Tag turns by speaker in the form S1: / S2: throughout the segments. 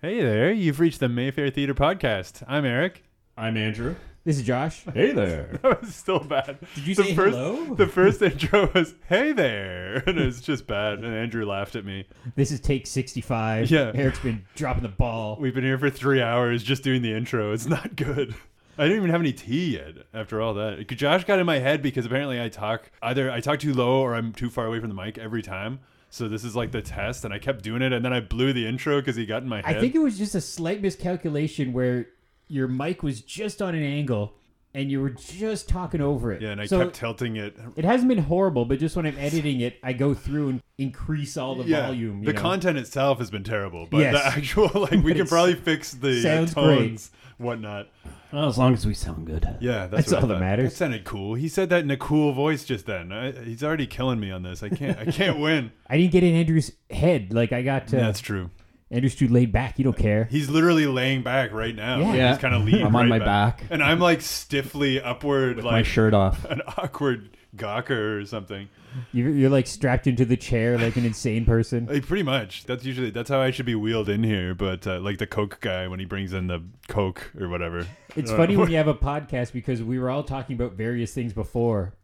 S1: Hey there, you've reached the Mayfair Theater Podcast. I'm Eric.
S2: I'm Andrew.
S3: This is Josh.
S2: Hey there.
S1: That was still bad.
S2: Did you
S1: the
S2: say
S1: first,
S2: hello?
S1: The first intro was, hey there, and it was just bad, and Andrew laughed at me.
S3: This is take 65.
S1: Yeah.
S3: Eric's been dropping the ball.
S1: We've been here for three hours just doing the intro. It's not good. I didn't even have any tea yet after all that. Josh got in my head because apparently I talk either I talk too low or I'm too far away from the mic every time. So this is like the test, and I kept doing it, and then I blew the intro because he got in my
S3: I
S1: head.
S3: think it was just a slight miscalculation where your mic was just on an angle and you were just talking over it.
S1: yeah, and I
S3: So
S1: kept tilting it.
S3: It hasn't been horrible, but just when I'm editing it, I go through and increase all the
S1: yeah,
S3: volume. you
S1: the
S3: know?
S1: content itself has been terrible, but
S3: Yes.
S1: the actual like we can
S3: it's-
S1: probably fix the uh,
S3: sounds great.
S1: tones, whatnot.
S2: Well, as long as we sound good.
S1: Yeah, that's,
S3: That's
S1: what I
S3: all that
S1: thought.
S3: matters.
S1: That sounded cool. He said that in a cool voice just then. I, he's already killing me on this. I can't. I can't win.
S3: I didn't get in Andrew's head. Like I got uh,
S1: That's true.
S3: Andrew's too laid back. You don't care.
S1: He's literally laying back right now.
S3: Yeah.
S1: Like,
S2: Yeah.
S1: He's kind of leaning.
S2: I'm on
S1: right
S2: my back.
S1: and I'm like stiffly upward, like
S2: My shirt off.
S1: an awkward gawker or something.
S3: You're, you're like strapped into the chair like an insane person.
S1: Like, pretty much. That's usually that's how I should be wheeled in here. But uh, like the Coke guy when he brings in the Coke or whatever.
S3: It's
S1: Uh,
S3: funny when you have a podcast because we were all talking about various things before,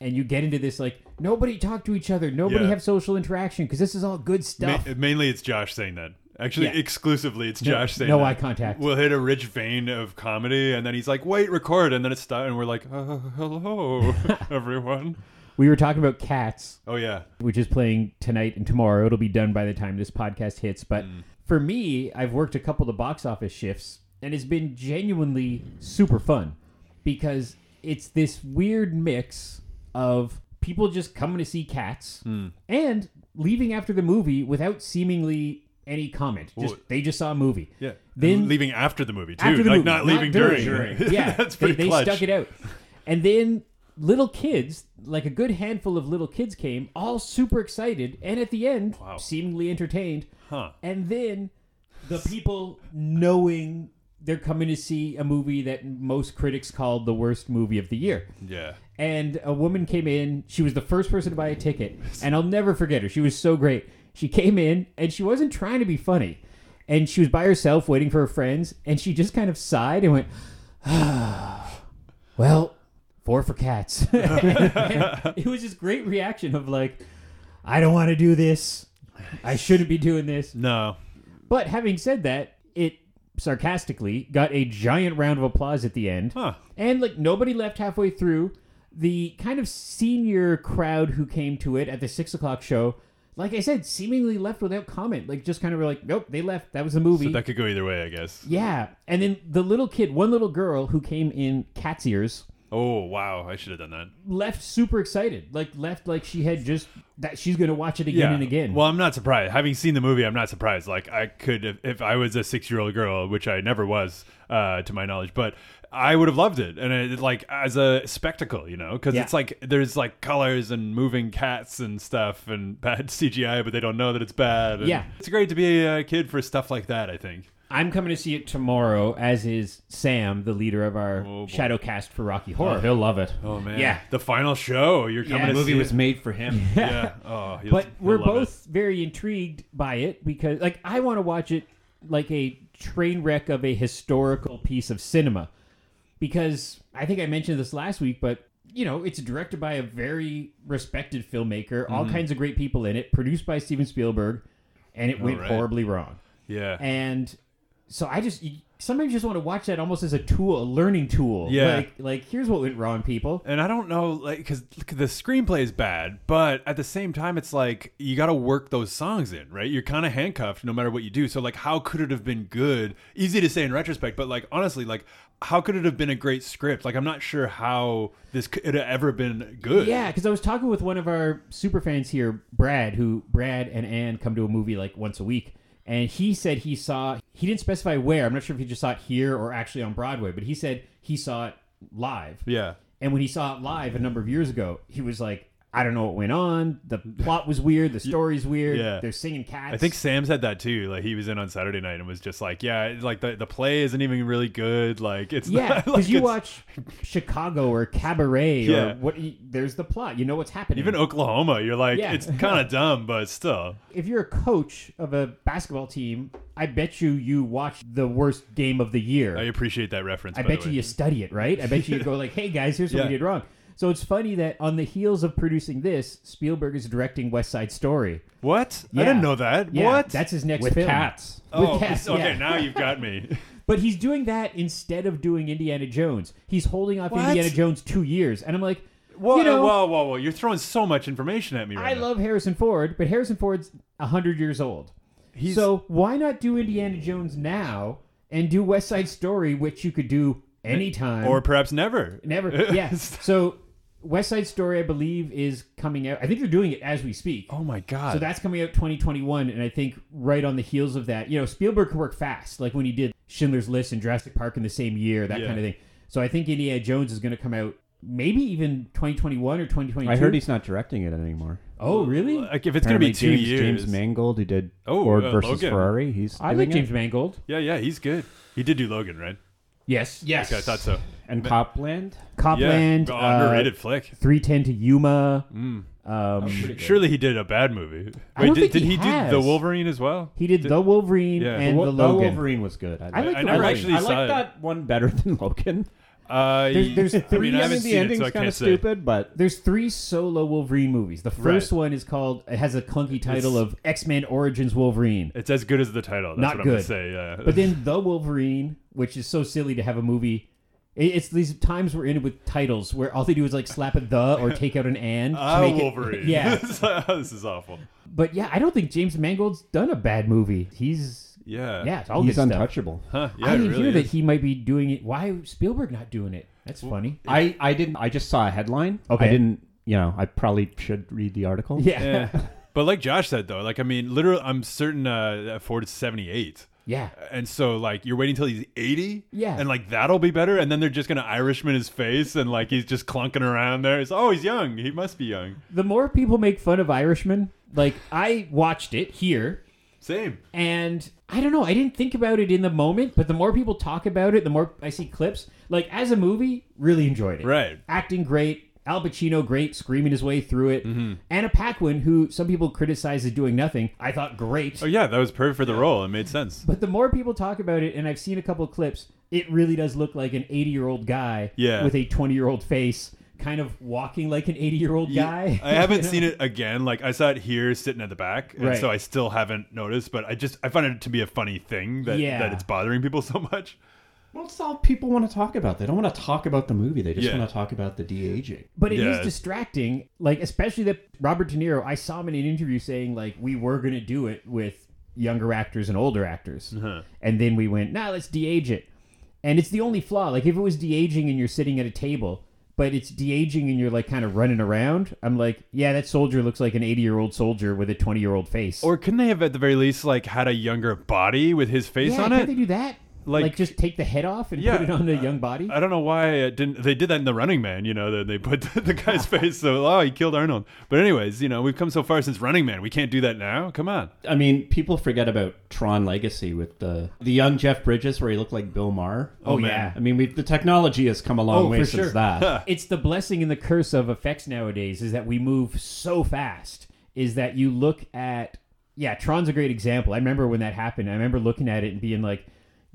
S3: and you get into this like nobody talk to each other, nobody
S1: Yeah.
S3: have social interaction because this is all good
S1: Ma-
S3: stuff.
S1: mainly, it's Josh saying that. Actually,
S3: Yeah.
S1: exclusively, it's
S3: No-
S1: Josh saying
S3: no
S1: that.
S3: eye contact.
S1: We'll hit a rich vein of comedy, and then he's like, "Wait, record," and then it's stopped, and we're like, uh, "Hello, everyone."
S3: we were talking about cats,
S1: Oh yeah,
S3: which is playing tonight and tomorrow. It'll be done by the time this podcast hits. But
S1: Mm.
S3: for me, I've worked a couple of the box office shifts, and it's been genuinely super fun because it's this weird mix of people just coming to see cats
S1: Mm.
S3: and leaving after the movie without seemingly any comment. Just
S1: Well-
S3: they just saw a movie.
S1: yeah.
S3: Then-
S1: And leaving after the movie too,
S3: after the
S1: like
S3: movie,
S1: not leaving during.
S3: Yeah,
S1: that's
S3: they,
S1: pretty
S3: they
S1: clutch.
S3: stuck it out. And then little kids, like a good handful of little kids, came all super excited, and at the end,
S1: Wow.
S3: seemingly entertained.
S1: Huh.
S3: And then the people knowing they're coming to see a movie that most critics called the worst movie of the year.
S1: Yeah.
S3: And a woman came in. She was the first person to buy a ticket, and I'll never forget her. She was so great. She came in, and she wasn't trying to be funny, and she was by herself waiting for her friends, and she just kind of sighed and went, "Well, four for cats." it was this great reaction of like, "I don't want to do this. I shouldn't be doing this."
S1: No.
S3: But having said that, it sarcastically got a giant round of applause at the end.
S1: Huh.
S3: And like nobody left halfway through. The kind of senior crowd who came to it at the six o'clock show, like I said, seemingly left without comment. Like just kind of were like, nope, they left. That was the movie.
S1: So that could go either way, I guess.
S3: yeah. And then the little kid, one little girl who came in cat's ears,
S1: Oh wow, I should have done that.
S3: left super excited. Like left like she had just that she's gonna watch it again and again.
S1: Well, I'm not surprised. Having seen the movie, I'm not surprised. Like I could, if, if I was a six year old girl, which I never was, uh, to my knowledge, but I would have loved it. And it, like as a spectacle, you know, because
S3: Yeah.
S1: it's like there's like colors and moving cats and stuff and bad CGI, but they don't know that it's bad. And
S3: Yeah.
S1: it's great to be a kid for stuff like that. I think.
S3: I'm coming to see it tomorrow, as is Sam, the leader of
S1: Oh,
S3: our
S1: boy.
S3: shadow cast for Rocky Horror.
S2: he'll love it.
S1: Oh man.
S3: Yeah.
S1: The final show. You're coming.
S3: Yeah.
S1: to
S2: The movie
S1: see
S2: was
S1: It.
S2: made for him.
S1: Yeah. Oh. you'll-
S3: but
S1: you'll
S3: we're
S1: love it.
S3: both very intrigued by it because like i want to watch it like a train wreck of a historical piece of cinema because i think i mentioned this last week but you know it's directed by a very respected filmmaker all
S1: Mm-hmm.
S3: kinds of great people in it produced by steven spielberg and it went
S1: right.
S3: horribly wrong
S1: Yeah.
S3: and so i just you- sometimes you just want to watch that almost as a tool a learning tool
S1: Yeah.
S3: like like here's what went wrong people
S1: And I don't know, like, because the screenplay is bad, but at the same time, it's like you got to work those songs in, right? You're kind of handcuffed no matter what you do. So, like, how could it have been good? Easy to say in retrospect, but like, honestly, like, how could it have been a great script? Like, I'm not sure how this could have ever been good.
S3: Yeah, because I was talking with one of our super fans here, Brad, who Brad and Ann come to a movie like once a week. And he said he saw, he didn't specify where. I'm not sure if he just saw it here or actually on Broadway, but he said he saw it live.
S1: Yeah.
S3: And when he saw it live a number of years ago, he was like, I don't know what went on. The plot was weird. The story's weird.
S1: Yeah.
S3: They're singing cats.
S1: I think Sam said that too. Like, he was in on Saturday night and was just like, yeah, like, the, the play isn't even really good. Like, it's
S3: Yeah,
S1: not.
S3: because
S1: like,
S3: you
S1: it's-
S3: watch Chicago or Cabaret
S1: Yeah.
S3: or what? There's the plot. You know what's happening.
S1: Even Oklahoma, you're like,
S3: Yeah.
S1: it's kind of dumb, but still.
S3: if you're a coach of a basketball team I bet you you watch the worst game of the year.
S1: I appreciate that reference.
S3: I
S1: by the
S3: bet you
S1: way.
S3: you study it, right? I bet you you go like, "Hey guys, here's what we
S1: Yeah.
S3: did wrong." So it's funny that on the heels of producing this, Spielberg is directing West Side Story.
S1: What?
S3: Yeah.
S1: I didn't know that.
S3: Yeah,
S1: what?
S3: That's his next
S2: with
S3: film.
S2: cats.
S1: oh,
S3: with cats,
S1: okay.
S3: yeah.
S1: Now you've got me.
S3: But he's doing that instead of doing Indiana Jones. He's holding off
S1: What?
S3: Indiana Jones two years, and I'm like,
S1: Whoa,
S3: you know,
S1: whoa, whoa, whoa! You're throwing so much information at me right
S3: I
S1: now.
S3: love Harrison Ford, but Harrison Ford's hundred years old.
S1: He's-
S3: so why not do Indiana Jones now and do West Side Story, which you could do anytime
S1: or perhaps never.
S3: Never. Yeah. so West Side Story, I believe, is coming out. I think they're doing it as we speak.
S1: Oh my god.
S3: So that's coming out 2021, and I think right on the heels of that, you know, Spielberg could work fast, like when he did Schindler's List and Jurassic Park in the same year, that
S1: Yeah.
S3: kind of thing. So I think Indiana Jones is going to come out maybe even 2021 or 2022.
S2: I heard he's not directing it anymore.
S3: Oh, really?
S1: like if it's gonna
S2: Apparently
S1: be two
S2: James,
S1: years.
S2: James Mangold, who did
S1: Oh,
S2: Ford
S1: uh,
S2: versus
S1: Logan.
S2: Ferrari, he's
S3: I
S2: doing
S3: like
S2: it.
S3: James Mangold.
S1: Yeah, yeah, he's good. He did do Logan, right?
S3: Yes. Yes.
S1: Okay, I thought so.
S2: and Copland.
S3: Copland.
S1: yeah, Oh,
S3: uh,
S1: underrated Mm. flick.
S3: 310 to Yuma. Um,
S1: Surely he did a bad movie.
S3: I don't
S1: did,
S3: think
S1: did
S3: he
S1: he,
S3: has.
S1: do the Wolverine as well?
S3: he did The Wolverine
S1: Yeah.
S3: and The,
S2: Wo-
S3: Logan.
S2: Wolverine was good. I,
S3: I like
S1: I
S3: The
S1: never
S3: Wolverine.
S1: actually
S2: I
S1: saw
S2: like
S1: it.
S2: that one better than Logan.
S1: Uh,
S3: There's- there's
S1: I
S3: three-
S1: mean,
S3: I
S1: I
S2: mean,
S1: haven't
S2: the
S1: seen it,
S2: ending's
S1: so I
S2: kind
S1: can't
S2: of
S1: say.
S2: stupid, but
S3: There's three solo Wolverine movies. The first
S1: Right.
S3: one is called it has a clunky title of X Men Origins Wolverine.
S1: It's as good as the title. That's
S3: Not
S1: what
S3: good.
S1: I'm gonna say. Yeah.
S3: But then the Wolverine, which is so silly to have a movie. it- It's these times we're in with titles where all they do is like slap a the or take out an and. to
S1: Ah,
S3: make it-
S1: Wolverine.
S3: yeah,
S1: this is awful.
S3: but yeah, I don't think James Mangold's done a bad movie. He's
S1: Yeah.
S3: yeah, it's all
S2: he's
S3: good
S2: untouchable.
S1: Huh, yeah,
S3: Stuff. I
S1: it
S3: didn't
S1: really
S3: hear that
S1: is.
S3: he might be doing it. Why Spielberg not doing it? That's funny.
S2: I, I didn't. I just saw a headline.
S3: Okay.
S2: I didn't. You know, I probably should read the article.
S3: Yeah, yeah.
S1: Yeah. but like Josh said though, like I mean, literally, I'm certain uh, Ford is 78.
S3: yeah.
S1: And so, like, you're waiting till he's 80,
S3: Yeah.
S1: and like that'll be better. And then they're just gonna Irishman his face, and like he's just clunking around there. It's oh, he's young. He must be young.
S3: The more people make fun of Irishman, like I watched it here
S1: Same.
S3: and I don't know. I didn't think about it in the moment, but the more people talk about it, the more I see clips. Like as a movie, really enjoyed it.
S1: Right.
S3: Acting great. Al Pacino great, screaming his way through it.
S1: Mm-hmm.
S3: Anna Paquin, who some people criticize as doing nothing, I thought great.
S1: Oh yeah, that was perfect for the role. It made sense.
S3: But the more people talk about it, and I've seen a couple of clips, it really does look like an 80 year old guy
S1: Yeah.
S3: with a 20 year old face, kind of walking like an 80 year old guy.
S1: I haven't seen it again. Like I saw it here, sitting at the back, and
S3: Right.
S1: so I still haven't noticed. But I just I find it to be a funny thing that
S3: Yeah.
S1: that it's bothering people so much.
S2: Well, it's all people want to talk about. They don't want to talk about the movie. They just
S1: Yeah.
S2: want to talk about the de aging.
S3: But it is
S1: Yeah, it's-
S3: distracting, like especially that Robert De Niro. I saw him in an interview saying like we were gonna do it with younger actors and older actors,
S1: Uh-huh.
S3: and then we went, nah, let's de-age it. And it's the only flaw. Like if it was de-aging and you're sitting at a table, but it's de-aging and you're like kind of running around, I'm like, yeah, that soldier looks like an 80 year old soldier with a 20 year old face.
S1: Or couldn't they have at the very least like had a younger body with his face
S3: yeah,
S1: on
S3: can't
S1: it?
S3: they do that? Like,
S1: Like-
S3: just take the head off and
S1: Yeah, Uh,
S3: put it on the young body.
S1: I don't know why it didn't. They did that in The Running Man, you know. That they put the, the guy's face. So oh, he killed Arnold. But anyways, you know, we've come so far since Running Man. We can't do that now. Come on.
S2: I mean, people forget about Tron Legacy with the the young Jeff Bridges where he looked like Bill Maher.
S3: oh yeah.
S2: I mean, we the technology has come a long
S3: Oh,
S2: way
S3: for
S2: since
S3: sure.
S2: that.
S3: it's the blessing and the curse of effects nowadays is that we move so fast is that you look at yeah tron's a great example i remember when that happened i remember looking at it and being like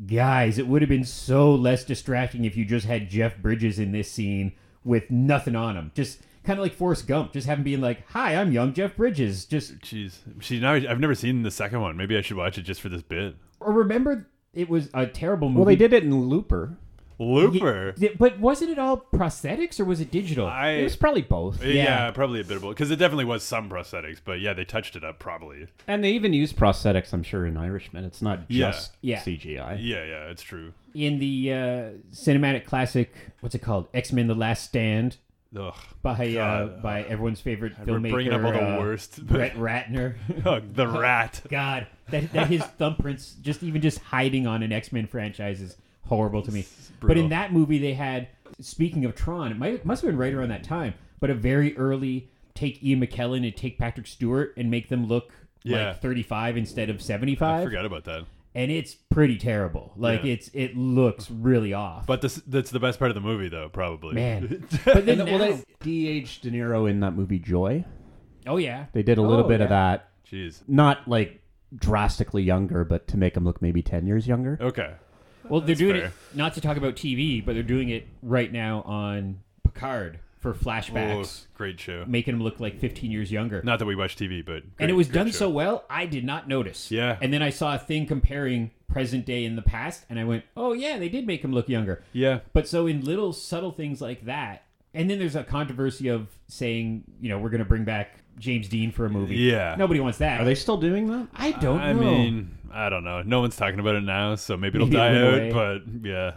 S3: guys it would have been so less distracting if you just had jeff bridges in this scene with nothing on him just kind of like forrest gump just have him being like hi i'm young jeff bridges just
S1: Jeez. She now I've never seen the second one. Maybe I should watch it just for this bit.
S3: or remember it was a terrible movie
S2: well, they did it in Looper.
S1: Looper.
S3: Yeah, but wasn't it all prosthetics or was it digital
S1: I.
S2: It was probably both,
S1: yeah. probably a bit of because it definitely was some prosthetics, but yeah, they touched it up probably.
S2: and they even used prosthetics. I'm sure in Irishman, it's not
S1: Yeah.
S2: just
S3: Yeah.
S2: CGI.
S1: Yeah, yeah, it's true.
S3: in the uh, cinematic classic, what's it called? X Men: The Last Stand
S1: Ugh,
S3: by uh,
S1: God.
S3: by everyone's favorite
S1: we're
S3: filmmaker,
S1: bringing up all the
S3: uh,
S1: worst.
S3: Brett Ratner.
S1: Ugh, the rat.
S3: God, that, that his thumbprints, just even just hiding on an X Men franchise is horrible to me. But
S1: brutal.
S3: in that movie, they had speaking of Tron, it might must have been right around that time, but a very early take Ian McKellen and take Patrick Stewart and make them look
S1: Yeah.
S3: like 35 instead of
S1: I
S3: 75
S1: forgot about that.
S3: and it's pretty terrible like
S1: Yeah.
S3: it's it looks really off
S1: But this, that's the best part of the movie, though, probably.
S3: man but then
S2: And the- well,
S3: now-
S2: they de-aged De Niro in that movie Joy.
S3: Oh yeah.
S2: They did a little
S3: Oh,
S2: bit
S3: yeah.
S2: of that,
S1: Jeez.
S2: not like drastically younger, but to make him look maybe ten years younger.
S1: Okay.
S3: Well, they're doing it
S1: fair.
S3: not to talk about TV, but they're doing it right now on Picard for
S1: Oh,
S3: flashbacks,
S1: great show.
S3: making him look like 15 years younger.
S1: Not that we watch TV, but great,
S3: and it was
S1: great
S3: done
S1: show.
S3: so well, I did not notice.
S1: Yeah.
S3: And then I saw a thing comparing present day and the past, and I went, "Oh yeah, they did make him look younger."
S1: Yeah.
S3: But so in little subtle things like that, and then there's a controversy of saying, you know, we're going to bring back James Dean for a movie.
S1: Yeah.
S3: Nobody wants that.
S2: Are they still doing that?
S3: I don't
S1: I
S3: know.
S1: mean, I don't know. No one's talking about it now, so maybe it'll
S3: Maybe
S1: die
S3: it'll
S1: out.
S3: wait.
S1: But yeah,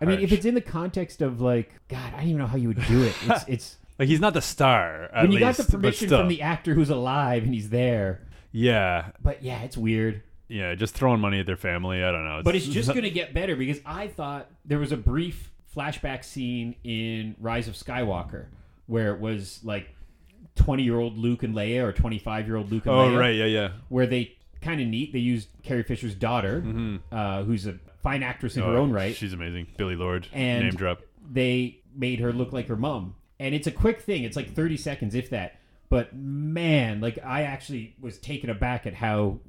S3: I mean,
S1: Alright.
S3: if it's in the context of like, God, I don't even know how you would do it. It's, it's
S1: like he's not the star. At
S3: when you
S1: least,
S3: got the
S1: but
S3: permission
S1: still.
S3: from the actor who's alive and he's there.
S1: yeah,
S3: But yeah, it's weird.
S1: yeah, just throwing money at their family. I don't know.
S3: But it's just going to get better because I thought there was a brief flashback scene in Rise of Skywalker where it was like 20 year old Luke and Leia or 25 year old Luke and
S1: oh
S3: Leia.
S1: right, yeah, yeah.
S3: Where they kind of neat, they used Carrie Fisher's daughter, uh, who's a fine actress in her
S1: Mm-hmm. Oh,
S3: own right.
S1: she's amazing. Billy Lord,
S3: And-
S1: name drop.
S3: they made her look like her mom. And it's a quick thing. It's like 30 seconds, if that. But man, like I actually was taken aback at how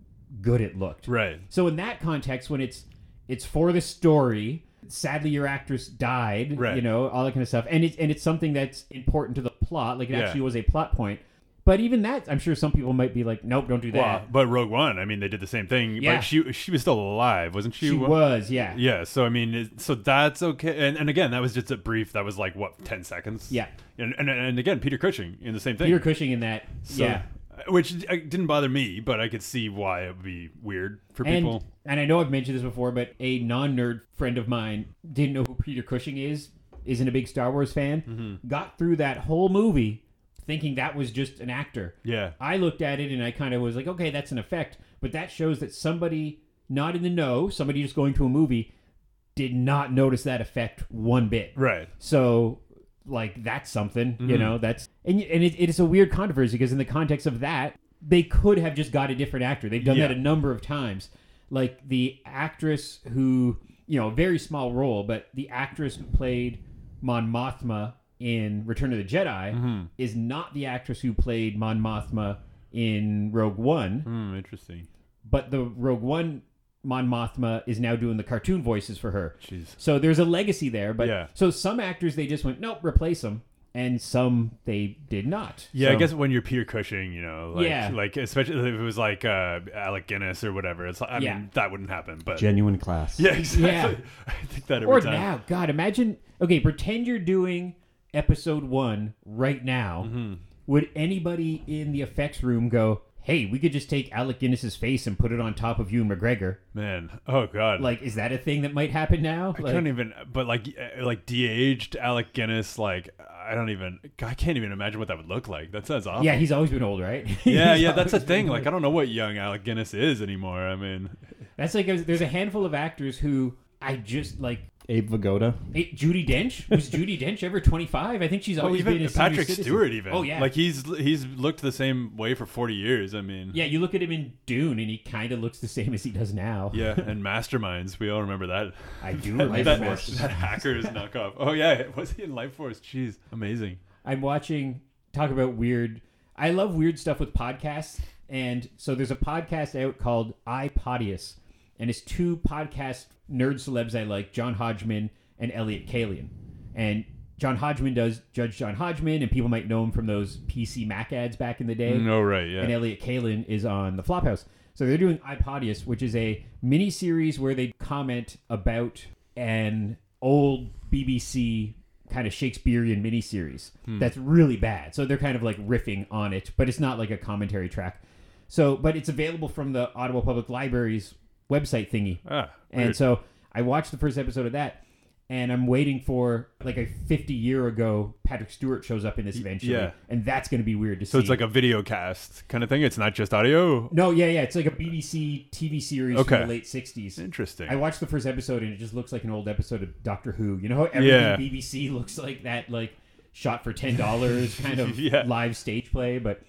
S3: good it looked.
S1: Right.
S3: So in that context, when it's it's for the story, sadly your actress died,
S1: Right.
S3: you know, all that kind of stuff, and it's and it's something that's important to the plot. Like it
S1: Yeah.
S3: actually was a plot point. But even that, I'm sure some people might be like, nope, don't do that.
S1: Well, but Rogue One, I mean, they did the same thing.
S3: Yeah.
S1: But she she was still alive, wasn't she?
S3: she was, yeah.
S1: Yeah, so I mean, it- so that's okay. And, and again, that was just a brief. That was like what ten seconds.
S3: Yeah.
S1: and and, and again, Peter Cushing in the same thing.
S3: Peter Cushing in that,
S1: So-
S3: yeah.
S1: which uh, didn't bother me, but I could see why it would be weird for people.
S3: And, and I know I've mentioned this before, but a non-nerd friend of mine didn't know who Peter Cushing is, isn't a big Star Wars fan, got through that whole movie thinking that was just an actor.
S1: Yeah,
S3: I looked at it and I kind of was like, okay, that's an effect, but that shows that somebody not in the know, somebody just going to a movie, did not notice that effect one bit.
S1: right. Mm-hmm.
S3: So, like, that's something, you know, that's, and, and it, it is a weird controversy because, in the context of that, they could have just got a different actor. They've done
S1: Yeah.
S3: that a number of times. Like, the actress who, you know, very small role, but the actress who played Mon Mothma in Return of the Jedi
S1: Mm-hmm.
S3: is not the actress who played Mon Mothma in Rogue One,
S1: Hmm, interesting.
S3: but the Rogue One Mon Mothma is now doing the cartoon voices for her.
S1: Jeez.
S3: So there's a legacy there, but
S1: Yeah.
S3: so some actors they just went nope, replace them, and some they did not.
S1: Yeah,
S3: So-
S1: I guess when you're Peter Cushing, you know, like,
S3: Yeah.
S1: like especially if it was like uh, Alec Guinness or whatever. It's like, I
S3: Yeah.
S1: mean, that wouldn't happen. But
S2: Genuine class.
S1: yeah, exactly. I think that every
S3: Or
S1: time.
S3: now, God, imagine. Okay, pretend you're doing episode one right now.
S1: Mm-hmm.
S3: Would anybody in the effects room go, "Hey, we could just take Alec Guinness's face and put it on top of you, McGregor"?
S1: Man, oh god.
S3: Like, is that a thing that might happen now?
S1: I
S3: Like,
S1: couldn't even, but like, uh, like de-aged Alec Guinness, like I don't even, I can't even imagine what that would look like. That sounds awful.
S3: yeah, he's always been old, right?
S1: yeah,
S3: He's
S1: yeah, that's the
S3: always been
S1: thing.
S3: old.
S1: Like, I don't know what young Alec Guinness is anymore. I mean,
S3: that's like there's a handful of actors who I just like
S2: Abe Vigoda.
S3: Hey, Judy Dench was Judy Dench ever 25? I think she's
S1: Oh,
S3: always
S1: even
S3: been a senior
S1: Patrick
S3: citizen.
S1: Stewart, even.
S3: Oh yeah,
S1: like he's he's looked the same way for forty years. I mean,
S3: yeah. You look at him in Dune, and he kind of looks the same as he does now.
S1: yeah, and Masterminds, we all remember that.
S3: I do
S1: That,
S3: remember.
S1: that,
S3: this.
S1: that hacker's knockoff. Oh yeah, was he in Life Force? Jeez, amazing.
S3: I'm watching. Talk about weird. I love weird stuff with podcasts, and so there's a podcast out called iPodius, and it's two podcast nerd celebs I like, John Hodgman and Elliot Kalian, and. John Hodgman does Judge John Hodgman, and people might know him from those PC Mac ads back in the day.
S1: No Oh, right, yeah,
S3: and Elliot Kalin is on the Flophouse. So they're doing iPodius, which is a mini series where they comment about an old BBC kind of Shakespearean miniseries
S1: Hmm.
S3: that's really bad. So they're kind of like riffing on it, but it's not like a commentary track. So, but it's available from the Ottawa Public Library's website thingy.
S1: ah,
S3: And
S1: weird.
S3: so I watched the first episode of that, and I'm waiting for like a 50 year ago Patrick Stewart shows up in this eventually,
S1: yeah.
S3: and that's going to be weird to see.
S1: so it's like a video cast kind of thing. It's not just audio.
S3: No, yeah, yeah. It's like a BBC TV series
S1: Okay.
S3: from the late 60s.
S1: Interesting.
S3: I watched the first episode and it just looks like an old episode of Doctor Who. You know how everything
S1: Yeah.
S3: BBC looks like that, like shot for $10 kind of
S1: Yeah.
S3: live stage play. But,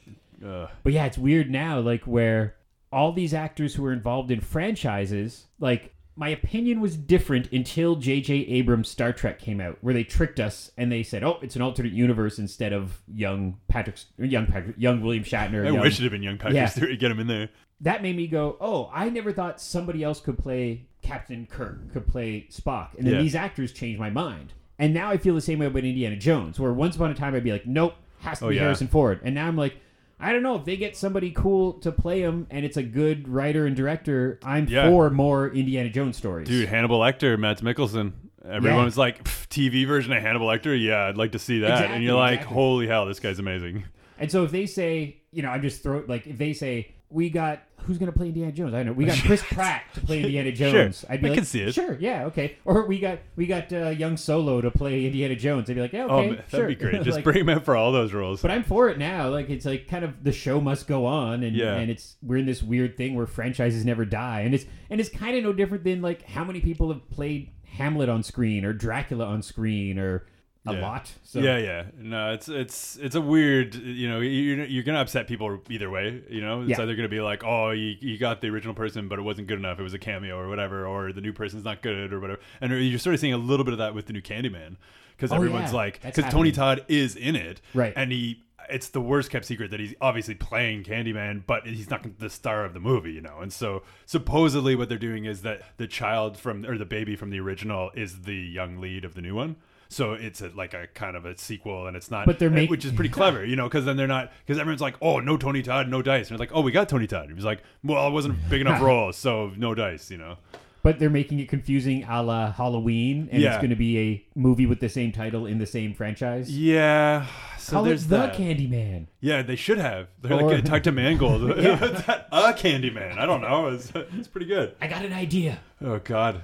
S1: Ugh.
S3: but yeah, it's weird now, like where all these actors who are involved in franchises, like my opinion was different until J.J. Abrams' Star Trek came out, where they tricked us and they said, "Oh, it's an alternate universe instead of young Patrick, young Patrick, young William Shatner."
S1: I
S3: young-
S1: wish it had been young Patrick
S3: Yeah.
S1: Stewart. Get him in there.
S3: that made me go, "Oh, I never thought somebody else could play Captain Kirk, could play Spock." And then
S1: Yeah.
S3: these actors changed my mind, and now I feel the same way about Indiana Jones, where once upon a time I'd be like, "Nope, has to
S1: Oh,
S3: be
S1: yeah.
S3: Harrison Ford," and now I'm like. I don't know if they get somebody cool to play him, and it's a good writer and director. I'm
S1: Yeah.
S3: for more Indiana Jones stories,
S1: Dude, Hannibal Lecter, Mads Mikkelsen. Everyone
S3: Yeah.
S1: was like, "Pff, TV version of Hannibal Lecter? Yeah, I'd like to see that. and
S3: Exactly,
S1: you're like,
S3: exactly.
S1: holy hell, this guy's amazing.
S3: And so if they say, you know, I'm just throw like if they say we got who's going to play Indiana Jones? I don't know we got Chris Pratt to play Indiana
S1: Sure.
S3: Jones. I'd be
S1: I
S3: like,
S1: can see it.
S3: Sure, yeah, okay. Or we got we got uh, young Solo to play Indiana Jones. I'd be like, yeah, okay,
S1: Oh, man, that'd
S3: sure.
S1: be great. Just
S3: Like,
S1: bring him out for all those roles.
S3: But I'm for it now. Like it's like kind of the show must go on, and
S1: Yeah.
S3: and it's we're in this weird thing where franchises never die, and it's and it's kind of no different than like how many people have played Hamlet on screen or Dracula on screen or a
S1: Yeah.
S3: lot. So
S1: Yeah, yeah. No, it's it's it's a weird. You know, you're, you're gonna upset people either way. You know, it's
S3: Yeah.
S1: either gonna be like, oh, you, you got the original person, but it wasn't good enough. It was a cameo or whatever, or the new person's not good or whatever. And you're sort of seeing a little bit of that with the new Candyman because
S3: Oh,
S1: everyone's
S3: yeah.
S1: like,
S3: That's
S1: because Tony
S3: happening.
S1: Todd is in it,
S3: Right.
S1: And he. It's the worst kept secret that he's obviously playing Candyman, but he's not the star of the movie, you know. And so supposedly, what they're doing is that the child from or the baby from the original is the young lead of the new one. So it's a, like a kind of a sequel, and it's not
S3: But they're
S1: uh,
S3: make-
S1: which is pretty clever, you know, because then they're not because everyone's like, oh, no Tony Todd, no dice, and they're like, oh, we got Tony Todd. He was like, well, it wasn't a big enough role, so no dice, you know.
S3: But they're making it confusing a la Halloween, and it's
S1: Yeah.
S3: going to be a movie with the same title in the same franchise.
S1: Yeah, so
S3: Call it
S1: there's
S3: The
S1: that.
S3: Candyman.
S1: yeah, they should have. They're
S3: Or-
S1: like talk to Mangold, What's that? a Candyman. I don't know. It's, it's pretty good.
S3: I got an idea.
S1: Oh God,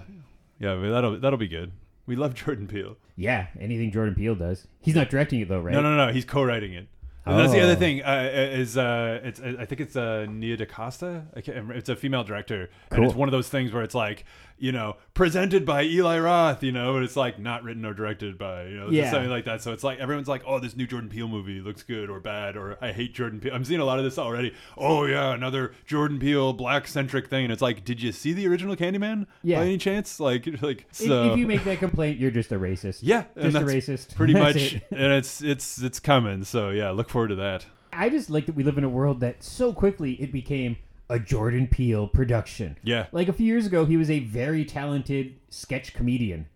S1: yeah, but that'll that'll be good. We love Jordan Peele.
S3: Yeah, anything Jordan Peele does. He's not directing it, though, right?
S1: No, no, no. He's co-writing it. And That's the other
S3: Oh.
S1: thing. Uh, is uh, it's I think it's uh, Nia DaCosta. I can't remember. It's a female director, and
S3: Cool.
S1: it's one of those things where it's like you know presented by Eli Roth, you know, and it's like not written or directed by you know just
S3: Yeah.
S1: something like that. So it's like everyone's like, oh, this new Jordan Peele movie looks good or bad, or I hate Jordan Peele. I'm seeing a lot of this already. Oh yeah, another Jordan Peele black centric thing, and it's like, did you see the original Candyman
S3: Yeah.
S1: by any chance? Like like
S3: If,
S1: so.
S3: if you make that complaint, you're just a racist.
S1: yeah, and
S3: just a
S1: that's
S3: racist.
S1: pretty
S3: That's
S1: much
S3: it.
S1: and it's it's it's coming so yeah look forward to that
S3: I just like that we live in a world that so quickly it became a Jordan Peele production.
S1: yeah
S3: Like a few years ago, he was a very talented sketch comedian,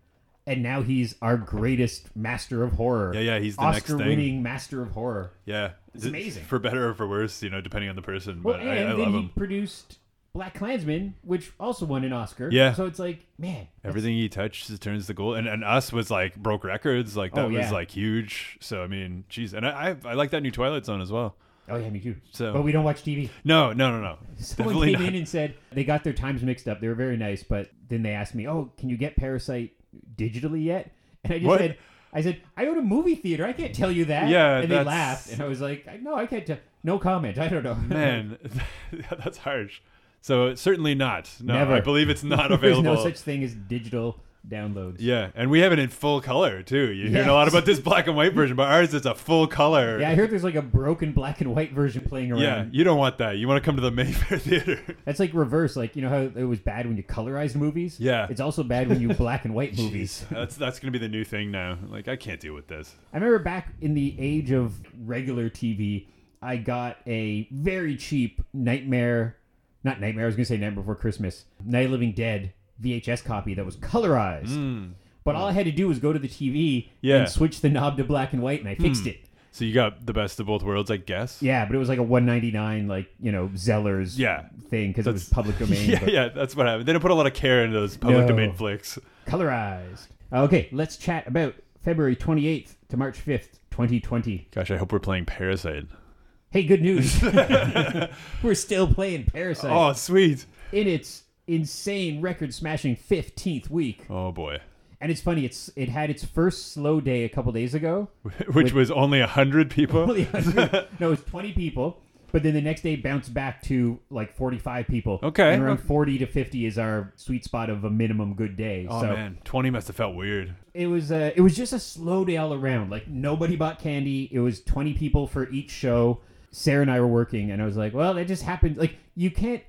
S3: and now he's our greatest master of horror.
S1: yeah yeah he's the next thing
S3: Oscar-winning master of horror.
S1: yeah it's
S3: amazing.
S1: for better or for worse you know depending on the person
S3: Well,
S1: but
S3: and
S1: I, I
S3: then
S1: love
S3: he
S1: him
S3: produced Black Klansman, which also won an Oscar.
S1: Yeah.
S3: So it's like, man,
S1: everything he touches turns to gold and, and us was like broke records like that
S3: Oh,
S1: was
S3: yeah.
S1: like huge so i mean geez and I, I i like that new twilight zone as well
S3: oh yeah, me too.
S1: So-
S3: but we don't watch TV.
S1: no no no no
S3: Someone
S1: definitely
S3: came
S1: not
S3: in and said they got their times mixed up. They were very nice, but then they asked me, "Oh, can you get Parasite digitally yet?" And I just
S1: What?
S3: said, "I said I own a movie theater. I can't tell you that."
S1: Yeah,
S3: and they
S1: that's-
S3: laughed, and I was like, "No, I can't tell. No comment. I don't know."
S1: man that's harsh so certainly not no
S3: Never.
S1: i believe it's not
S3: There's
S1: available
S3: no such thing as digital downloads.
S1: Yeah, and we have it in full color too. You're hearing a lot
S3: Yes.
S1: about this black and white version, but ours is a full color.
S3: Yeah, I heard there's like a broken black and white version playing around.
S1: Yeah, you don't want that. You want to come to the Mayfair Theater.
S3: That's like reverse. Like you know how it was bad when you colorized movies.
S1: Yeah.
S3: it's also bad when you black and white movies.
S1: That's that's gonna be the new thing now. Like I can't deal with this.
S3: I remember back in the age of regular TV, I got a very cheap Nightmare, not Nightmare. I was gonna say Nightmare Before Christmas, Night of the Living Dead VHS copy that was colorized. But all I had to do was go to the TV
S1: Mm. Yeah. Hmm.
S3: and switch the knob to black and white, and I fixed it.
S1: So you got the best of both worlds, I guess.
S3: Yeah, but it was like a 199, like you know Zellers
S1: Yeah.
S3: thing because it was public domain.
S1: Yeah,
S3: but-
S1: yeah, that's what happened. They didn't put a lot of care into those public
S3: No.
S1: domain flicks.
S3: colorized. Okay, let's chat about February 28th to March 5th, 2020.
S1: Gosh, I hope we're playing Parasite.
S3: Hey, good news. We're still playing Parasite
S1: Oh, sweet.
S3: in its insane record-smashing 15th week.
S1: Oh boy.
S3: And it's funny, it's it had its first slow day a couple days ago.
S1: Which was only a hundred people.
S3: Really, I mean, no, it's 20 people, but then the next day bounced back to like 45 people.
S1: Okay.
S3: And around 40 to 50 is our sweet spot of a minimum good day.
S1: Oh
S3: so
S1: man, twenty must have felt weird.
S3: it was uh, it was just a slow day all around. Like nobody bought candy. It was twenty people for each show. Sarah and I were working, and I was like, "Well, that just happened. Like you can't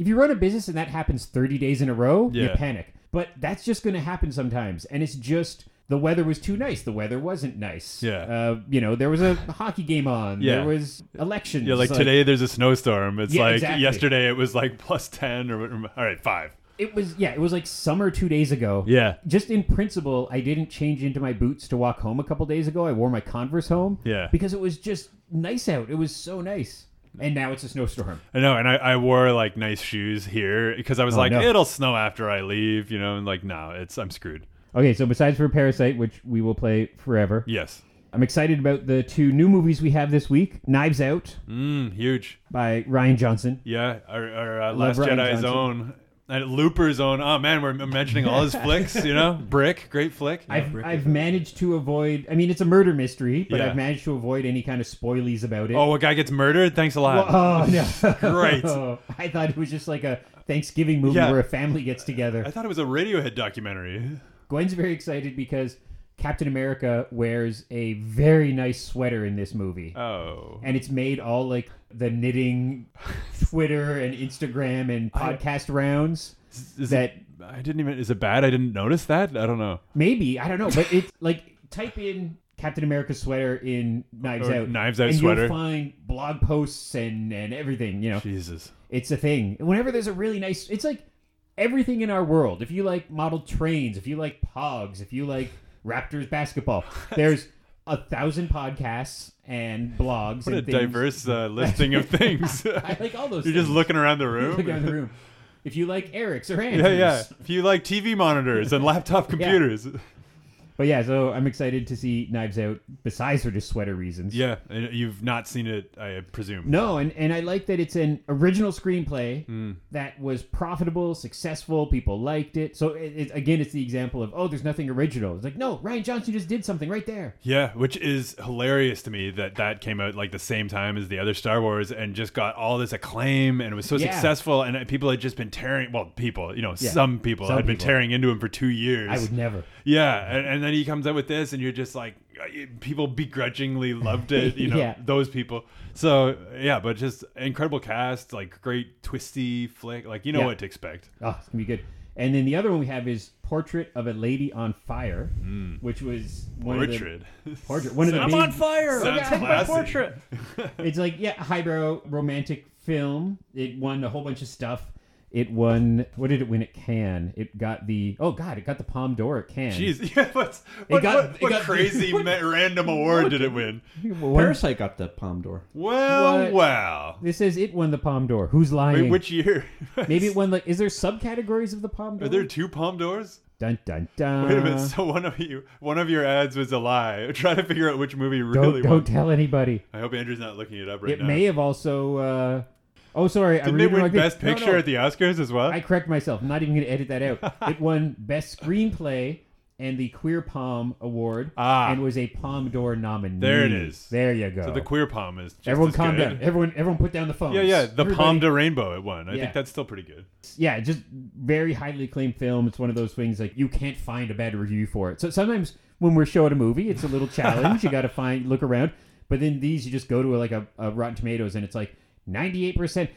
S3: if you run a business and that happens 30 days in a row, you
S1: Yeah.
S3: panic. But that's just going to happen sometimes. And it's just the weather was too nice. The weather wasn't nice.
S1: Yeah.
S3: Uh, you know, there was a hockey game on.
S1: Yeah.
S3: There was elections.
S1: Yeah, like, today there's a snowstorm. It's
S3: Yeah,
S1: like
S3: exactly.
S1: yesterday it was like plus 10 or whatever. All right, five.
S3: It was, yeah, it was like summer two days ago.
S1: Yeah.
S3: Just in principle, I didn't change into my boots to walk home a couple days ago. I wore my Converse home.
S1: Yeah.
S3: Because it was just nice out. It was so nice. And now it's a snowstorm.
S1: I know. And I, I wore like nice shoes here because I was like,
S3: Oh, no.
S1: it'll snow after I leave, you know, and like, no, it's, I'm screwed.
S3: Okay, so besides for Parasite, which we will play forever,
S1: Yes.
S3: I'm excited about the two new movies we have this week Knives Out
S1: Mm, huge.
S3: by Ryan Johnson.
S1: Yeah. Our, our uh, Last
S3: Love Ryan
S1: Jedi's
S3: Johnson.
S1: own. And Looper's own. Oh, man, we're mentioning all his flicks, you know? Brick, great flick. Yeah,
S3: I've,
S1: Brick.
S3: I've managed to avoid, I mean, it's a murder mystery, but
S1: Yeah.
S3: I've managed to avoid any kind of spoilies about it.
S1: oh, a guy gets murdered? Thanks a lot.
S3: Well, oh no.
S1: Great.
S3: I thought it was just like a Thanksgiving movie
S1: Yeah.
S3: where a family gets together.
S1: I thought it was a Radiohead documentary.
S3: Gwen's very excited because Captain America wears a very nice sweater in this movie.
S1: Oh.
S3: and it's made all like the knitting Twitter and Instagram and podcast rounds
S1: Is, is
S3: that
S1: it, I didn't even. Is it bad? I didn't notice that. I don't know.
S3: maybe I don't know, but it's like type in Captain America sweater in Knives
S1: Or
S3: Out,
S1: Knives Out
S3: and
S1: sweater.
S3: you'll find blog posts and and everything. You know,
S1: Jesus.
S3: it's a thing. Whenever there's a really nice, it's like everything in our world. If you like model trains, if you like Pogs, if you like Raptors basketball, there's a thousand podcasts and blogs.
S1: What
S3: and
S1: a
S3: things.
S1: diverse uh, listing of things.
S3: I like all those.
S1: You're
S3: things.
S1: just looking around the room.
S3: Look around the room. If you like Eric's or Andrews.
S1: Yeah, yeah. If you like TV monitors and laptop computers.
S3: But yeah, so I'm excited to see Knives Out besides for just sweater reasons.
S1: Yeah. and you've not seen it, I presume.
S3: No, and, and I like that it's an original screenplay
S1: Mm.
S3: that was profitable, successful, people liked it. So it, it, again, it's the example of, oh, there's nothing original. It's like, no, Ryan Johnson just did something right there.
S1: Yeah, which is hilarious to me that that came out like the same time as the other Star Wars and just got all this acclaim and it was so
S3: Yeah.
S1: successful and uh, people had just been tearing well people you know
S3: Yeah.
S1: some people
S3: Some
S1: had been
S3: people.
S1: tearing into him for two years.
S3: I would never.
S1: Yeah, and, and then he comes out with this, and you're just like, uh, people begrudgingly loved it, you know,
S3: Yeah.
S1: those people. So yeah, but just incredible cast, like great twisty flick, like you know
S3: Yeah.
S1: what to expect.
S3: Oh, it's gonna be good. And then the other one we have is Portrait of a Lady on Fire, which was one of
S1: Mm. Portrait.
S3: the portrait. One of the
S1: Sounds-
S3: big-
S4: fire.
S1: Sounds
S4: Okay, take my
S1: classy.
S4: portrait.
S3: it's like yeah, highbrow romantic film. It won a whole bunch of stuff. It won. What did it win at Cannes? It got the oh god, it got the Palme d'Or at Cannes.
S1: Jeez, yeah, what's, what,
S3: got-
S1: what,
S3: it
S1: what
S3: got-
S1: crazy ma- random award did it win?
S3: One,
S2: Parasite got the Palm d'Or.
S1: Well,
S3: What?
S1: well.
S3: this says it won the Palme d'Or. Who's lying?
S1: Wait, which year?
S3: Maybe it won like. Is there subcategories of the Palme d'Or?
S1: Are there two palm doors?
S3: dun dun dun.
S1: Wait a minute. So one of you, one of your ads was a lie. Try to figure out which movie
S3: don't
S1: really
S3: don't
S1: won.
S3: tell anybody.
S1: I hope Andrew's not looking it up right
S3: it
S1: now.
S3: may have also. Uh, oh, sorry. I'm
S1: Didn't it
S3: reading
S1: win
S3: like
S1: Best
S3: No, no.
S1: Picture at the Oscars as well?
S3: I correct myself. I'm not even going to edit that out. it won Best Screenplay and the Queer Palm Award
S1: Ah.
S3: and was a Palm d'Or nominee.
S1: There it is.
S3: There you go.
S1: So the queer palm is just
S3: everyone
S1: as
S3: calm
S1: good.
S3: down. Everyone everyone put down the phones.
S1: Yeah, yeah. The
S3: Everybody-
S1: palm to rainbow it won. I
S3: Yeah.
S1: think that's still pretty good.
S3: Yeah, just very highly acclaimed film. It's one of those things like you can't find a bad review for it. So sometimes when we're showing a movie, it's a little challenge. you got to find look around. But then these you just go to like a, a Rotten Tomatoes and it's like 98%.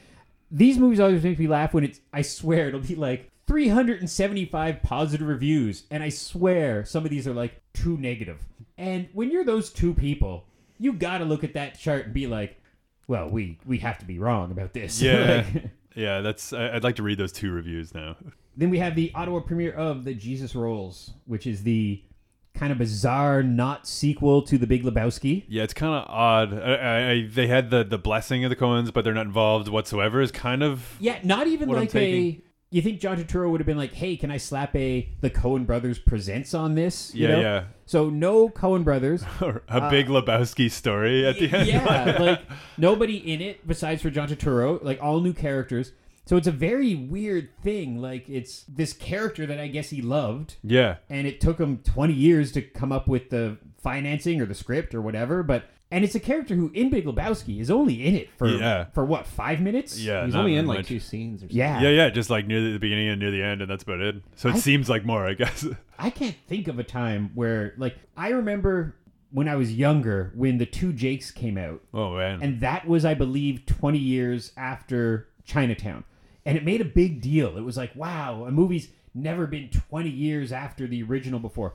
S3: These movies always make me laugh when it's I swear it'll be like 375 positive reviews and I swear some of these are like too negative. And when you're those two people, you got to look at that chart and be like, well, we we have to be wrong about this.
S1: Yeah,
S3: Like-
S1: yeah. That's. I, I'd like to read those two reviews now.
S3: then we have the Ottawa premiere of The Jesus Rolls, which is the kind of bizarre not sequel to The Big Lebowski.
S1: Yeah, it's kind of odd. I, I, I, they had the the blessing of the Coens, but they're not involved whatsoever. Is kind of.
S3: Yeah, not even
S1: What I'm
S3: like a.
S1: taking.
S3: You think John Turturro would have been like, "Hey, can I slap a the Cohen Brothers presents on this?" You
S1: Yeah,
S3: know?
S1: yeah.
S3: So no Cohen Brothers.
S1: a big Lebowski story at the end.
S3: yeah, like nobody in it besides for John Turturro, like all new characters. So it's a very weird thing. Like it's this character that I guess he loved,
S1: yeah.
S3: and it took him 20 years to come up with the financing or the script or whatever but and it's a character who in Big Lebowski is only in it for
S1: Yeah.
S3: for what 5 minutes
S1: Yeah,
S2: He's
S1: Uh, not
S2: only in
S1: much.
S2: like two scenes or something.
S3: yeah
S1: Yeah, yeah, just like near the beginning and near the end, and that's about it. So it seems like more, I guess.
S3: I can't think of a time where like I remember when I was younger when the two Jakes came out
S1: Oh man,
S3: and that was I believe 20 years after Chinatown and it made a big deal. It was like, wow, a movie's never been 20 years after the original before.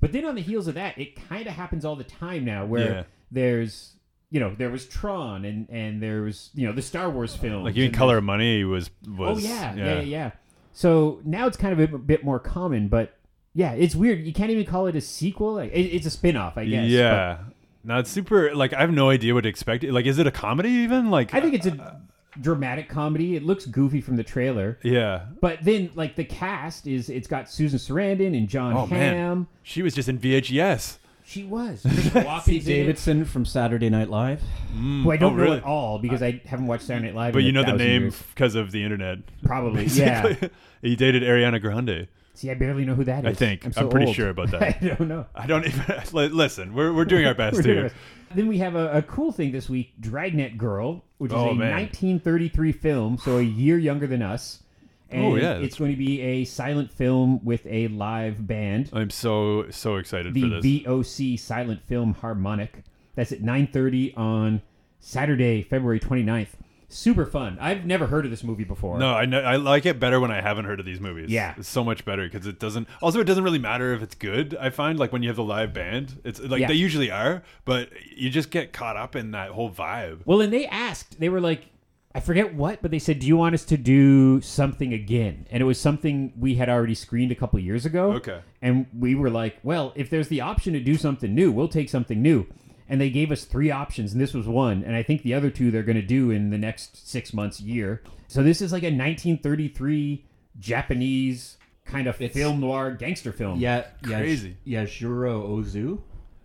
S3: But then on the heels of that, it kind of happens all the time now where
S1: Yeah.
S3: there's, you know, there was Tron and and there was, you know, the Star Wars film.
S1: Like you in Color of Money was
S3: Oh
S1: was
S3: yeah, yeah, yeah, yeah. So now it's kind of a bit- bit more common, but yeah, it's weird. You can't even call it a sequel. Like, it, it's a spin-off, I guess. but
S1: yeah. No, it's super. Like I have no idea what to expect. Like, is it a comedy even? Like
S3: I think it's a dramatic comedy. It looks goofy from the trailer,
S1: yeah.
S3: but then like the cast is it's got Susan Sarandon and John
S1: Oh, man.
S3: Hamm.
S1: She was just in VHS.
S3: She was Chris Watson's in it,
S2: Davidson from Saturday Night Live.
S3: who I don't
S1: Oh,
S3: know
S1: really?
S3: at all because I haven't watched Saturday Night Live.
S1: But
S3: in
S1: you
S3: a
S1: know the
S3: thousand
S1: name
S3: years.
S1: because of the internet.
S3: probably. yeah.
S1: he dated Ariana Grande.
S3: See, I barely know who that is.
S1: I think.
S3: I'm, so
S1: I'm pretty
S3: old.
S1: sure about that.
S3: I don't know.
S1: I don't even li- listen. We're we're doing our best here.
S3: Then we have a, a cool thing this week, Dragnet Girl, which is
S1: Oh,
S3: a
S1: man.
S3: 1933 film, so a year younger than us. And
S1: Oh, yeah,
S3: it's
S1: that's-
S3: going to be a silent film with a live band,
S1: I'm so so excited for
S3: the
S1: this.
S3: VOC Silent Film Harmonic. That's at 9:30 on Saturday, February 29th. Super fun. I've never heard of this movie before.
S1: no, I know, I like it better when I haven't heard of these movies.
S3: Yeah.
S1: it's so much better because it doesn't. Also, it doesn't really matter if it's good. I find like when you have the live band, it's like
S3: Yeah.
S1: they usually are, but you just get caught up in that whole vibe.
S3: Well, and they asked, they were like, I forget what, but they said, "Do you want us to do something again?" And it was something we had already screened a couple years ago.
S1: Okay.
S3: And we were like, "Well, if there's the option to do something new, we'll take something new." And they gave us three options, and this was one. And I think the other two they're going to do in the next six months, year. So this is like a 1933 Japanese kind of film noir gangster film.
S2: Yeah,
S1: Crazy. Oh.
S2: Yeah, Juro Ozu.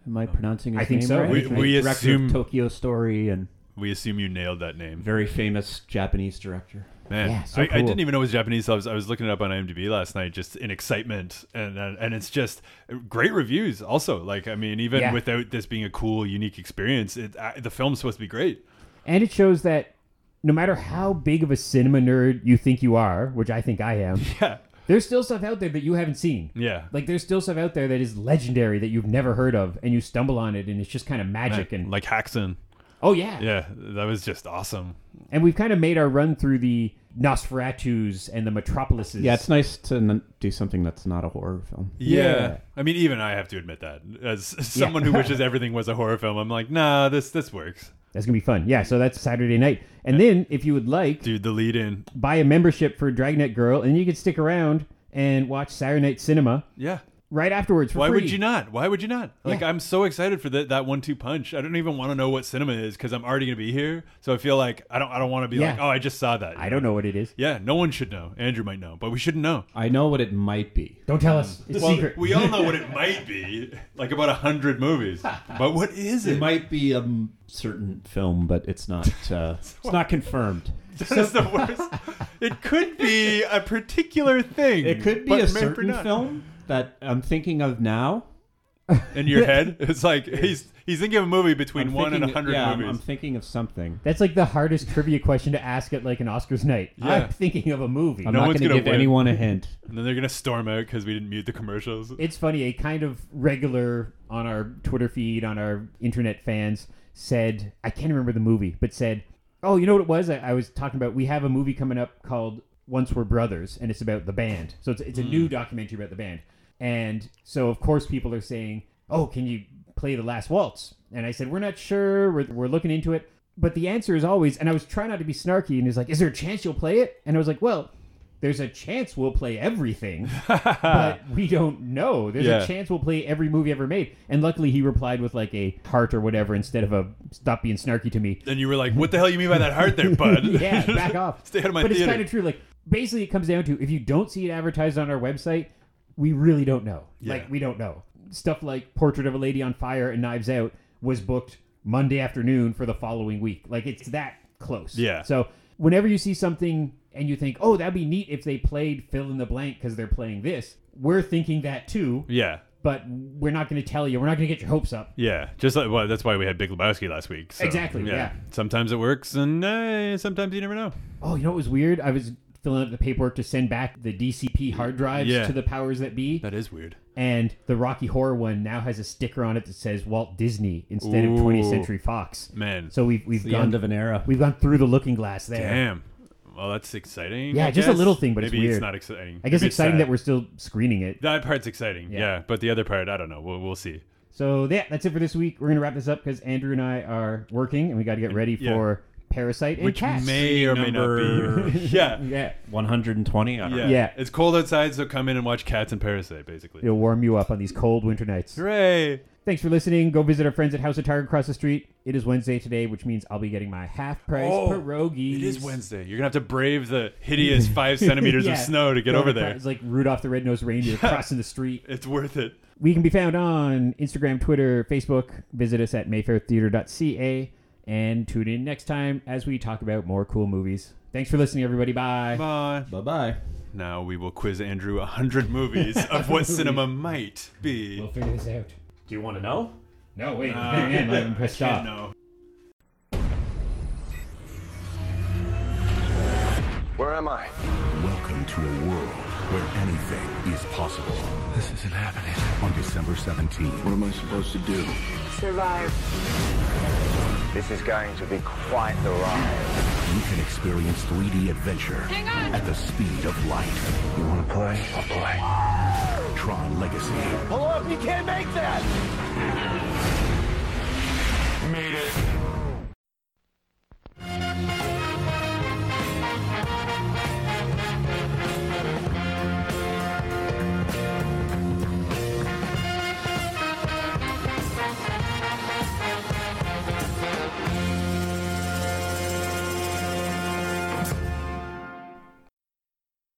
S2: Am I pronouncing his
S3: I think
S2: name
S3: so.
S2: right?
S3: We-
S2: He's
S1: we
S2: the director
S1: assume-
S2: of Tokyo Story and
S1: We assume you nailed that name.
S2: very famous Japanese director.
S1: Man,
S3: Yeah, so
S1: I, I
S3: cool.
S1: didn't even know it was Japanese. So I was, I was looking it up on IMDb last night, just in excitement, and uh, and, and it's just uh, great reviews. Also, like I mean, even
S3: Yeah.
S1: without this being a cool, unique experience, it, I, the film's supposed to be great.
S3: And it shows that no matter how big of a cinema nerd you think you are, which I think I am,
S1: Yeah,
S3: there's still stuff out there that you haven't seen.
S1: yeah.
S3: Like there's still stuff out there that is legendary that you've never heard of, and you stumble on it, and it's just kind of magic. And
S1: like Haxon.
S3: oh yeah.
S1: Yeah, that was just awesome.
S3: and we've kind of made our run through the Nosferatu's and the Metropolises.
S2: Yeah, it's nice to n- do something that's not a horror film.
S1: Yeah.
S3: Yeah.
S1: I mean, even I have to admit that as someone who wishes everything was a horror film, I'm like, nah, this this works,
S3: that's gonna be fun. Yeah, so that's Saturday night, and then if you would like,
S1: dude. The lead in,
S3: buy a membership for Dragnet Girl, and you can stick around and watch Saturday Night Cinema
S1: yeah.
S3: right afterwards. For
S1: Why
S3: free.
S1: would you not? Why would you not? Like, I'm so excited for that that one two punch. I don't even want to know what cinema is because I'm already gonna be here. So I feel like I don't I don't want to be
S3: Yeah.
S1: like, oh, I just saw that.
S3: I don't know what it is.
S1: Yeah, no one should know. Andrew might know, but we shouldn't know.
S2: I know what it might be.
S3: Don't tell us. It's
S1: Well,
S3: secret.
S1: we all know what it might be, like about a hundred movies. But what is
S2: It
S1: it?
S2: might be a m- certain film, but it's not. Uh, it's not confirmed.
S1: That's the worst. It could be a particular thing.
S2: It could be
S1: but
S2: a
S1: maybe
S2: certain
S1: not.
S2: film that I'm thinking of now.
S1: in your head. It's like he's he's thinking of a movie between
S2: I'm
S1: one and a
S2: thinking-
S1: hundred
S2: yeah, I'm-
S1: movies.
S2: I'm thinking of something.
S3: That's like the hardest trivia question to ask at like an Oscars night.
S1: Yeah.
S3: I'm thinking of a movie.
S2: I'm
S1: No
S2: not
S1: one's
S2: going to
S1: gonna
S2: give
S1: win.
S2: anyone a hint.
S1: and then they're gonna storm out because we didn't mute the commercials.
S3: It's funny, a kind of regular on our Twitter feed, on our internet fans said, I can't remember the movie, but said, Oh, you know what it was? I, I was talking about, we have a movie coming up called Once We're Brothers, and it's about the band. So it's, it's a new documentary about the band. And so, of course, people are saying, Oh, can you play The Last Waltz? And I said, We're not sure. We're, we're looking into it. But the answer is always, and I was trying not to be snarky, and he's like, Is there a chance you'll play it? And I was like, Well, there's a chance we'll play everything but we don't know. There's
S1: Ah. Yeah.
S3: a chance we'll play every movie ever made. And luckily, he replied with like a heart or whatever instead of a stop being snarky to me.
S1: Then you were like, "What the hell you mean by that heart there, bud?"
S3: Yeah, back off.
S1: Stay out of my
S3: but
S1: theater.
S3: it's kind of true. Like basically, it comes down to if you don't see it advertised on our website, we really don't know. Like we don't know stuff like Portrait of a Lady on Fire and Knives Out was booked Monday afternoon for the following week. Like it's that close.
S1: Yeah.
S3: So whenever you see something and you think, oh, that'd be neat if they played fill in the blank because they're playing this. We're thinking that too,
S1: yeah,
S3: but we're not going to tell you. We're not going to get your hopes up.
S1: yeah. Just like well, that's why we had Big Lebowski last week. so,
S3: Exactly, yeah.
S1: Sometimes it works, and eh, sometimes you never know.
S3: Oh, you know what was weird? I was filling out the paperwork to send back the DCP hard drives
S1: Yeah.
S3: to the powers that be,
S1: That is weird.
S3: and the Rocky Horror one now has a sticker on it that says Walt Disney instead
S1: Ooh.
S3: of 20th Century Fox.
S1: Man.
S3: So we've we've
S2: The
S3: gone
S2: end of an era.
S3: we've gone through the looking glass there.
S1: Damn. Well, that's exciting.
S3: Yeah,
S1: I
S3: just a
S1: guess.
S3: little thing, but it's
S1: maybe
S3: weird.
S1: not exciting.
S3: I guess
S1: Maybe it's
S3: exciting
S1: sad.
S3: that we're still screening it.
S1: That part's exciting. Yeah.
S3: Yeah.
S1: but the other part, I don't know. We'll, we'll see.
S3: So yeah, that's it for this week. We're gonna wrap this up because Andrew and I are working and we got to get ready
S1: Yeah.
S3: for Parasite and
S1: Which
S3: Cats.
S1: may or may not be.
S2: Number-
S1: yeah.
S3: yeah,
S2: 120. I don't
S1: yeah.
S2: know.
S3: Yeah.
S1: It's cold outside, so come in and watch Cats and Parasite, basically.
S3: it'll warm you up on these cold winter nights.
S1: Hooray.
S3: Thanks for listening. Go visit our friends at House of Tiger across the street. It is Wednesday today, which means I'll be getting my half price
S1: Oh,
S3: pierogies.
S1: It is Wednesday. You're going to have to brave the hideous five centimeters
S3: Yeah.
S1: of snow to get
S3: Go
S1: over
S3: across-
S1: there.
S3: It's like Rudolph the Red-Nosed Reindeer crossing the street.
S1: It's worth it.
S3: We can be found on Instagram, Twitter, Facebook. Visit us at mayfairtheater.ca and tune in next time as we talk about more cool movies. Thanks for listening, everybody. Bye.
S1: Bye.
S2: Bye bye.
S1: Now we will quiz Andrew 100 movies of what cinema might be.
S3: We'll figure this out.
S2: Do you want to know?
S3: No, wait. hang on, I haven't pressed
S1: Uh, I
S3: stop.
S1: know.
S4: Where am I?
S5: Welcome to a world where anything is possible. This isn't happening. On December 17th,
S6: What am I supposed to do?
S7: survive.
S4: This is going to be quite the ride.
S5: you can experience 3D adventure at the speed of light.
S4: You want to play? I'll play.
S5: Tron Legacy.
S4: Pull up! You can't make that! Made it.